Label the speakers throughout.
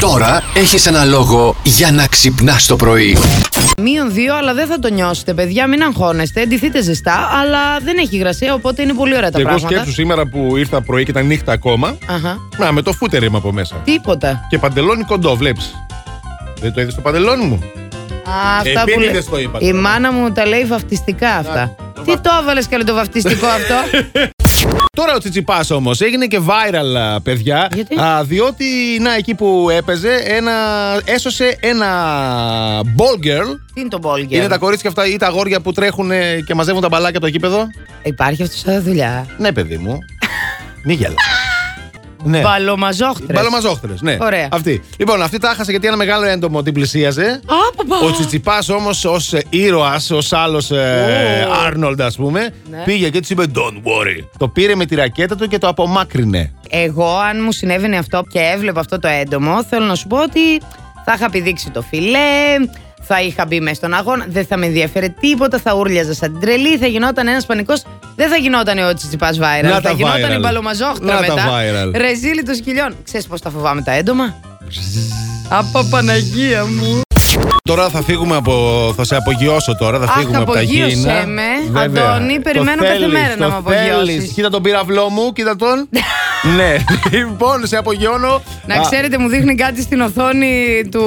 Speaker 1: Τώρα έχεις ένα λόγο για να ξυπνάς το πρωί.
Speaker 2: Μείον δύο, αλλά δεν θα το νιώσετε, παιδιά. Μην αγχώνεστε. Ντυθείτε ζεστά, αλλά δεν έχει υγρασία, οπότε είναι πολύ ωραία τα
Speaker 3: Και εγώ
Speaker 2: πράγματα.
Speaker 3: σκέψου σήμερα που ήρθα πρωί και ήταν νύχτα ακόμα.
Speaker 2: Αχα.
Speaker 3: Να, με το φούτερ είμαι από μέσα.
Speaker 2: Τίποτα.
Speaker 3: Και παντελόνι κοντό, βλέπεις. Δεν το είδες το παντελόνι μου.
Speaker 2: Α, αυτά που
Speaker 3: Επίτηδες
Speaker 2: λέει-
Speaker 3: το είπα
Speaker 2: Ε, Η
Speaker 3: τώρα.
Speaker 2: μάνα μου τα λέει βαφτιστικά αυτά.
Speaker 3: το
Speaker 2: Τι
Speaker 3: βαφ-
Speaker 2: το έβαλες καλή το βαφτιστικό αυτό.
Speaker 3: Τώρα ο Τσιτσιπάς όμως έγινε και viral, α, παιδιά.
Speaker 2: Γιατί?
Speaker 3: Α, διότι, να, εκεί που έπαιζε, ένα, έσωσε ένα ball girl.
Speaker 2: Τι είναι το μπόλγκερ.
Speaker 3: Είναι τα κορίτσια αυτά ή τα αγόρια που τρέχουν ε, και μαζεύουν τα μπαλάκια από το γήπεδο.
Speaker 2: Υπάρχει αυτός σαν δουλειά.
Speaker 3: Ναι, παιδί μου. Μη γελάς. ναι.
Speaker 2: Μπαλομαζόχτρε.
Speaker 3: Μπαλομαζόχτρε, ναι.
Speaker 2: Ωραία.
Speaker 3: Αυτή. Λοιπόν, αυτή τα χάσε γιατί ένα μεγάλο έντομο την πλησίαζε.
Speaker 2: Άπαπα.
Speaker 3: Ο Τσιτσιπάς όμως ως ήρωας, ως άλλος Άρνολντ, ας ε, πούμε,
Speaker 2: Ναι.
Speaker 3: πήγε και της είπε Don't worry. Το πήρε με τη ρακέτα του και το απομάκρυνε.
Speaker 2: Εγώ, αν μου συνέβαινε αυτό και έβλεπα αυτό το έντομο, θέλω να σου πω ότι θα είχα πηδήξει το φιλέ, θα είχα μπει μέσα στον αγώνα, δεν θα με ενδιαφέρε τίποτα, θα ούρλιαζα σαν την τρελή, θα γινόταν ένας πανικός. Δεν θα γινόταν ο Τσιτσιπάς viral.
Speaker 3: Να
Speaker 2: θα
Speaker 3: τα
Speaker 2: γινόταν
Speaker 3: viral.
Speaker 2: η μπαλομαζόχτρα
Speaker 3: Να τα
Speaker 2: μετά.
Speaker 3: viral.
Speaker 2: Ρεζίλι των σκυλιών. Ξέρεις πώς τα φοβάμαι τα έντομα. Από Παναγία μου.
Speaker 3: Τώρα θα φύγουμε από. Θα σε απογειώσω τώρα, θα
Speaker 2: Αχ,
Speaker 3: φύγουμε από τα
Speaker 2: απογείωσέ
Speaker 3: γήινα.
Speaker 2: με,
Speaker 3: Βέβαια.
Speaker 2: Αντώνη,
Speaker 3: Το
Speaker 2: περιμένω κάθε
Speaker 3: θέλεις,
Speaker 2: μέρα να
Speaker 3: το
Speaker 2: με απογειώσεις.
Speaker 3: θέλεις. Κοίτα τον πύραυλό μου, κοίτα τον. ναι, λοιπόν, σε απογειώνω.
Speaker 2: Να ξέρετε, μου δείχνει κάτι στην οθόνη του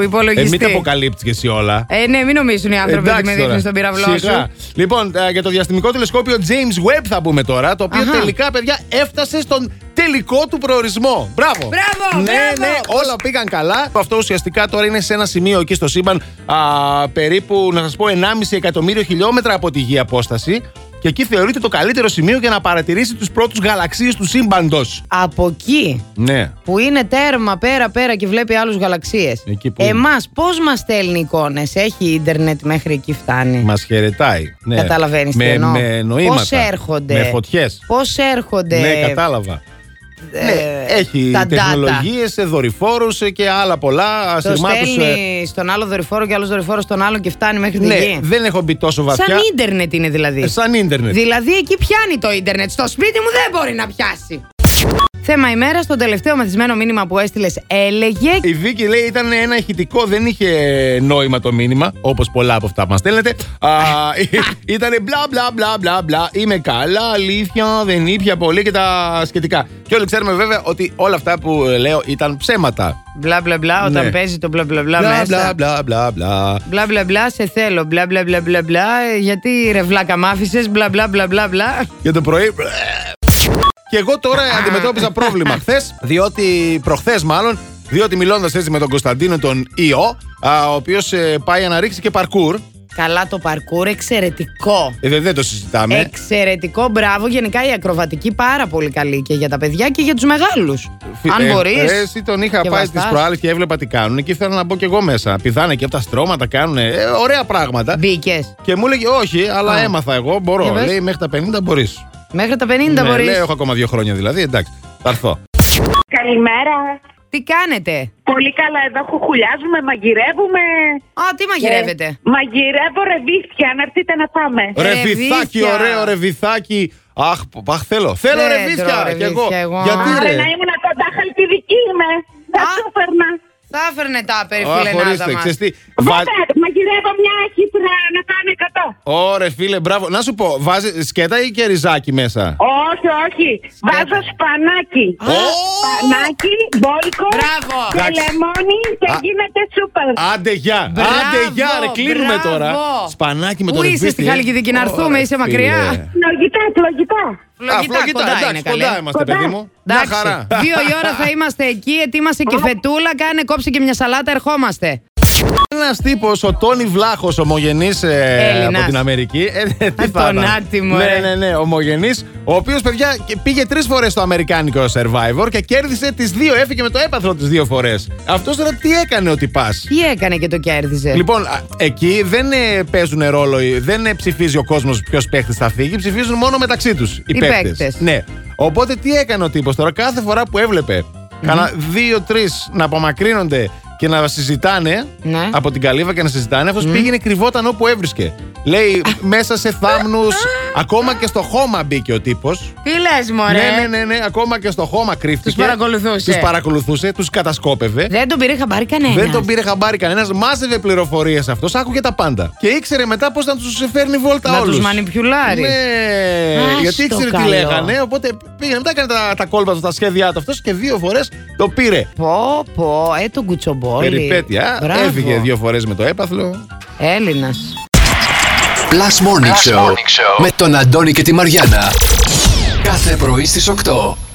Speaker 3: Ε,
Speaker 2: υπολογιστή.
Speaker 3: μην τα αποκαλύπτεις και εσύ όλα.
Speaker 2: Ε, ναι, μην νομίζουν οι άνθρωποι ότι με
Speaker 3: Εντάξει
Speaker 2: δείχνουν
Speaker 3: τώρα.
Speaker 2: στον πυραυλό σου.
Speaker 3: Σιγά. Λοιπόν, ε, για το διαστημικό τηλεσκόπιο James Webb θα πούμε τώρα, το οποίο
Speaker 2: Αχα.
Speaker 3: τελικά, παιδιά, έφτασε στον τελικό του προορισμό. Μπράβο!
Speaker 2: Μπράβο,
Speaker 3: Ναι,
Speaker 2: μπράβο.
Speaker 3: ναι, όλα πήγαν καλά. Αυτό ουσιαστικά τώρα είναι σε ένα σημείο εκεί στο σύμπαν, α, περίπου, να σας πω, 1,5 εκατομμύριο χιλιόμετρα από τη γη απόσταση. Και εκεί θεωρείται το καλύτερο σημείο για να παρατηρήσει τους πρώτους γαλαξίες του σύμπαντος.
Speaker 2: Από εκεί
Speaker 3: Ναι.
Speaker 2: που είναι τέρμα πέρα πέρα και βλέπει άλλους γαλαξίες
Speaker 3: Εκεί που είναι.
Speaker 2: Εμάς πώς μας στέλνει εικόνες Έχει ίντερνετ μέχρι εκεί φτάνει
Speaker 3: Μας χαιρετάει. Ναι.
Speaker 2: Καταλαβαίνεις τι
Speaker 3: με,
Speaker 2: εννοώ
Speaker 3: με νοήματα.
Speaker 2: Πώς έρχονται
Speaker 3: Με φωτιές.
Speaker 2: Πώς έρχονται
Speaker 3: Ναι, κατάλαβα.
Speaker 2: ε,
Speaker 3: Ναι, έχει
Speaker 2: τα data.
Speaker 3: τεχνολογίες, δορυφόρους ε, και άλλα πολλά.
Speaker 2: Το
Speaker 3: ασυρμάτους, ε,
Speaker 2: στέλνει στον άλλο δορυφόρο και άλλος δορυφόρος στον άλλο και φτάνει μέχρι τη
Speaker 3: Ναι,
Speaker 2: γη
Speaker 3: δεν έχω μπει τόσο βαθιά.
Speaker 2: Σαν ίντερνετ είναι δηλαδή
Speaker 3: Ε, Σαν ίντερνετ.
Speaker 2: Δηλαδή εκεί πιάνει το ίντερνετ. Στο σπίτι μου δεν μπορεί να πιάσει. Θέμα ημέρας, στο τελευταίο μαθησμένο μήνυμα που έστειλες, έλεγε.
Speaker 3: Η Βίκη λέει ήταν ένα ηχητικό, δεν είχε νόημα το μήνυμα, όπως πολλά από αυτά που μας στέλνετε. Ήταν μπλα μπλα μπλα μπλα μπλα. Είμαι καλά, αλήθεια, δεν ήπια πολύ και τα σχετικά. Και όλοι ξέρουμε βέβαια ότι όλα αυτά που ε, λέω ήταν ψέματα.
Speaker 2: Μπλα μπλα μπλα, όταν
Speaker 3: Ναι.
Speaker 2: παίζει το μπλα μπλα μπλα
Speaker 3: Μπλα
Speaker 2: μέσα.
Speaker 3: μπλα μπλα μπλα μπλα.
Speaker 2: Μπλα μπλα μπλα, σε θέλω. Μπλα μπλα μπλα μπλα μπλα. ε, Γιατί ρε βλάκα μ' άφησες, Μπλα μπλα μπλα μπλα μπλα.
Speaker 3: Για το πρωί. Και εγώ τώρα αντιμετώπιζα πρόβλημα χθες, διότι προχθές μάλλον, διότι μιλώντας έτσι με τον Κωνσταντίνο τον Ιω, α, ο οποίος πάει να ρίξει και παρκούρ.
Speaker 2: Καλά το παρκούρ, εξαιρετικό.
Speaker 3: Ε, δεν, δεν το συζητάμε.
Speaker 2: Εξαιρετικό, μπράβο. Γενικά η ακροβατική πάρα πολύ καλή και για τα παιδιά και για τους μεγάλους.
Speaker 3: Φι-
Speaker 2: Αν
Speaker 3: ε,
Speaker 2: μπορείς.
Speaker 3: ε, Εσύ τον είχα
Speaker 2: και
Speaker 3: πάει στι
Speaker 2: βαστάς.
Speaker 3: προάλλες και έβλεπα τι κάνουν και ήθελα να μπω κι εγώ μέσα. Πηδάνε και από τα στρώματα, κάνουν ε, ωραία πράγματα.
Speaker 2: Μπήκες.
Speaker 3: Και μου έλεγε, Όχι, αλλά
Speaker 2: Α.
Speaker 3: έμαθα εγώ,
Speaker 2: Για
Speaker 3: μπορώ.
Speaker 2: πες.
Speaker 3: Λέει μέχρι τα 50 μπορείς.
Speaker 2: Μέχρι τα 50 μπορεί.
Speaker 3: Λέει, έχω ακόμα δύο χρόνια δηλαδή, εντάξει. Θα έρθω.
Speaker 4: Καλημέρα.
Speaker 2: Τι κάνετε.
Speaker 4: Πολύ καλά εδώ χουχουλιάζουμε, μαγειρεύουμε.
Speaker 2: Α, τι μαγειρεύετε.
Speaker 4: Ε, μαγειρεύω ρεβίθια, αν έρθετε να πάμε.
Speaker 2: Ε,
Speaker 3: Ρεβιθάκι,
Speaker 2: Ρεβίθια.
Speaker 3: ωραίο ρεβιθάκι. Αχ, π- αχ θέλω. Θέλω
Speaker 2: Δεν
Speaker 3: ρεβίθια
Speaker 2: τρώω
Speaker 3: κι εγώ.
Speaker 2: ρεβίθια εγώ.
Speaker 3: Γιατί
Speaker 4: Άρα
Speaker 3: ρε.
Speaker 4: να ήμουν κοντά χαλκιδική είμαι. Θα
Speaker 2: Α.
Speaker 4: σου φέρνα.
Speaker 2: Θα έφερνε τα
Speaker 3: Αχ,
Speaker 2: περιφυλενάδα
Speaker 3: ορίστε,
Speaker 2: μας.
Speaker 3: ξέρεις τι. Βα-
Speaker 4: Βέβαια, μαγειρεύω μια χύπρα να κάνει 100.
Speaker 3: Ωρε φίλε, μπράβο. Να σου πω, βάζει σκέτα ή και ριζάκι μέσα.
Speaker 4: Όχι, όχι. Βάζω σπανάκι.
Speaker 3: Ω!
Speaker 4: Σπανάκι, μπόλικο
Speaker 2: Μπράβο.
Speaker 4: και
Speaker 3: Εντάξει.
Speaker 4: λεμόνι και
Speaker 3: Α.
Speaker 4: γίνεται σούπερ.
Speaker 3: Άντε γεια,
Speaker 2: Μπράβο,
Speaker 3: άντε γεια, ρε, κλείνουμε
Speaker 2: μπράβο.
Speaker 3: τώρα. Σπανάκι με
Speaker 2: Πού
Speaker 3: το ε. ρεβίθι.
Speaker 2: είσαι στη Χαλκιδική, να έρθουμε, είσαι μακριά.
Speaker 4: Φλογιτά, φλογιτά.
Speaker 2: Φλογιτά, κοντά είναι
Speaker 3: κοντά
Speaker 2: καλέ.
Speaker 3: είμαστε,
Speaker 4: Κοντά.
Speaker 3: παιδί μου. Μια
Speaker 2: Εντάξει,
Speaker 3: χαρά.
Speaker 2: δύο η ώρα θα είμαστε εκεί, ετοίμασε και φετούλα, κάνε κόψε και μια σαλάτα, ερχόμαστε.
Speaker 3: Ένας τύπος, ο Τόνι Βλάχος, ομογενής
Speaker 2: Έλληνας.
Speaker 3: από την Αμερική. Ε, ε, τι
Speaker 2: Α,
Speaker 3: θα
Speaker 2: τον
Speaker 3: ήταν.
Speaker 2: άτιμο,
Speaker 3: Ναι,
Speaker 2: ρε.
Speaker 3: ναι, ναι, ομογενής. Ο οποίος, παιδιά, και πήγε τρεις φορές στο αμερικάνικο survivor και κέρδισε τις δύο. Έφυγε με το έπαθλο τις δύο φορές. Αυτός τώρα τι έκανε ότι πας.
Speaker 2: Τι έκανε και το κέρδιζε.
Speaker 3: Λοιπόν, α, εκεί δεν ε, παίζουν ρόλο, οι- δεν ε, ψηφίζει ο κόσμος ποιος παίχτης θα φύγει, ψηφίζουν μόνο μεταξύ τους οι,
Speaker 2: Οι
Speaker 3: παίκτες.
Speaker 2: παίκτες.
Speaker 3: Ναι. Οπότε τι έκανε ο τύπος τώρα, κάθε φορά που έβλεπε κανα δύο-τρει να απομακρύνονται και να συζητάνε
Speaker 2: Ναι.
Speaker 3: από την καλύβα και να συζητάνε. Αυτό πήγαινε, κρυβόταν όπου έβρισκε. Λέει μέσα σε θάμνους, ακόμα και στο χώμα μπήκε ο τύπος.
Speaker 2: Τι λες, Μωρέ.
Speaker 3: Ναι, ναι, ναι, ναι, ακόμα και στο χώμα
Speaker 2: Τους
Speaker 3: κρύφτηκε.
Speaker 2: παρακολουθούσες.
Speaker 3: Τους παρακολουθούσε, τους κατασκόπευε.
Speaker 2: Δεν τον πήρε χαμπάρι κανένας.
Speaker 3: Δεν τον πήρε χαμπάρι κανένας, μάζευε πληροφορίες αυτός, άκουγε τα πάντα. Και ήξερε μετά πώς να τους φέρνει βόλτα
Speaker 2: Να
Speaker 3: όλου.
Speaker 2: τους μανιπιουλάρει.
Speaker 3: Ναι,
Speaker 2: Άστο
Speaker 3: γιατί ήξερε τι
Speaker 2: καλό.
Speaker 3: λέγανε. Οπότε πήγαινε μετά, έκανε τα, τα κόλπα του, τα σχέδιά του αυτός και δύο φορές το πήρε.
Speaker 2: Πω, πω, ε τον κουτσομπόλι.
Speaker 3: Περιπέτεια.
Speaker 2: Μπράβο.
Speaker 3: Έφυγε δύο φορές με το έπαθλο.
Speaker 2: Έλληνας.
Speaker 1: Plus Morning, Show, με τον Αντώνη και τη Μαριάνα. Κάθε πρωί στις 8.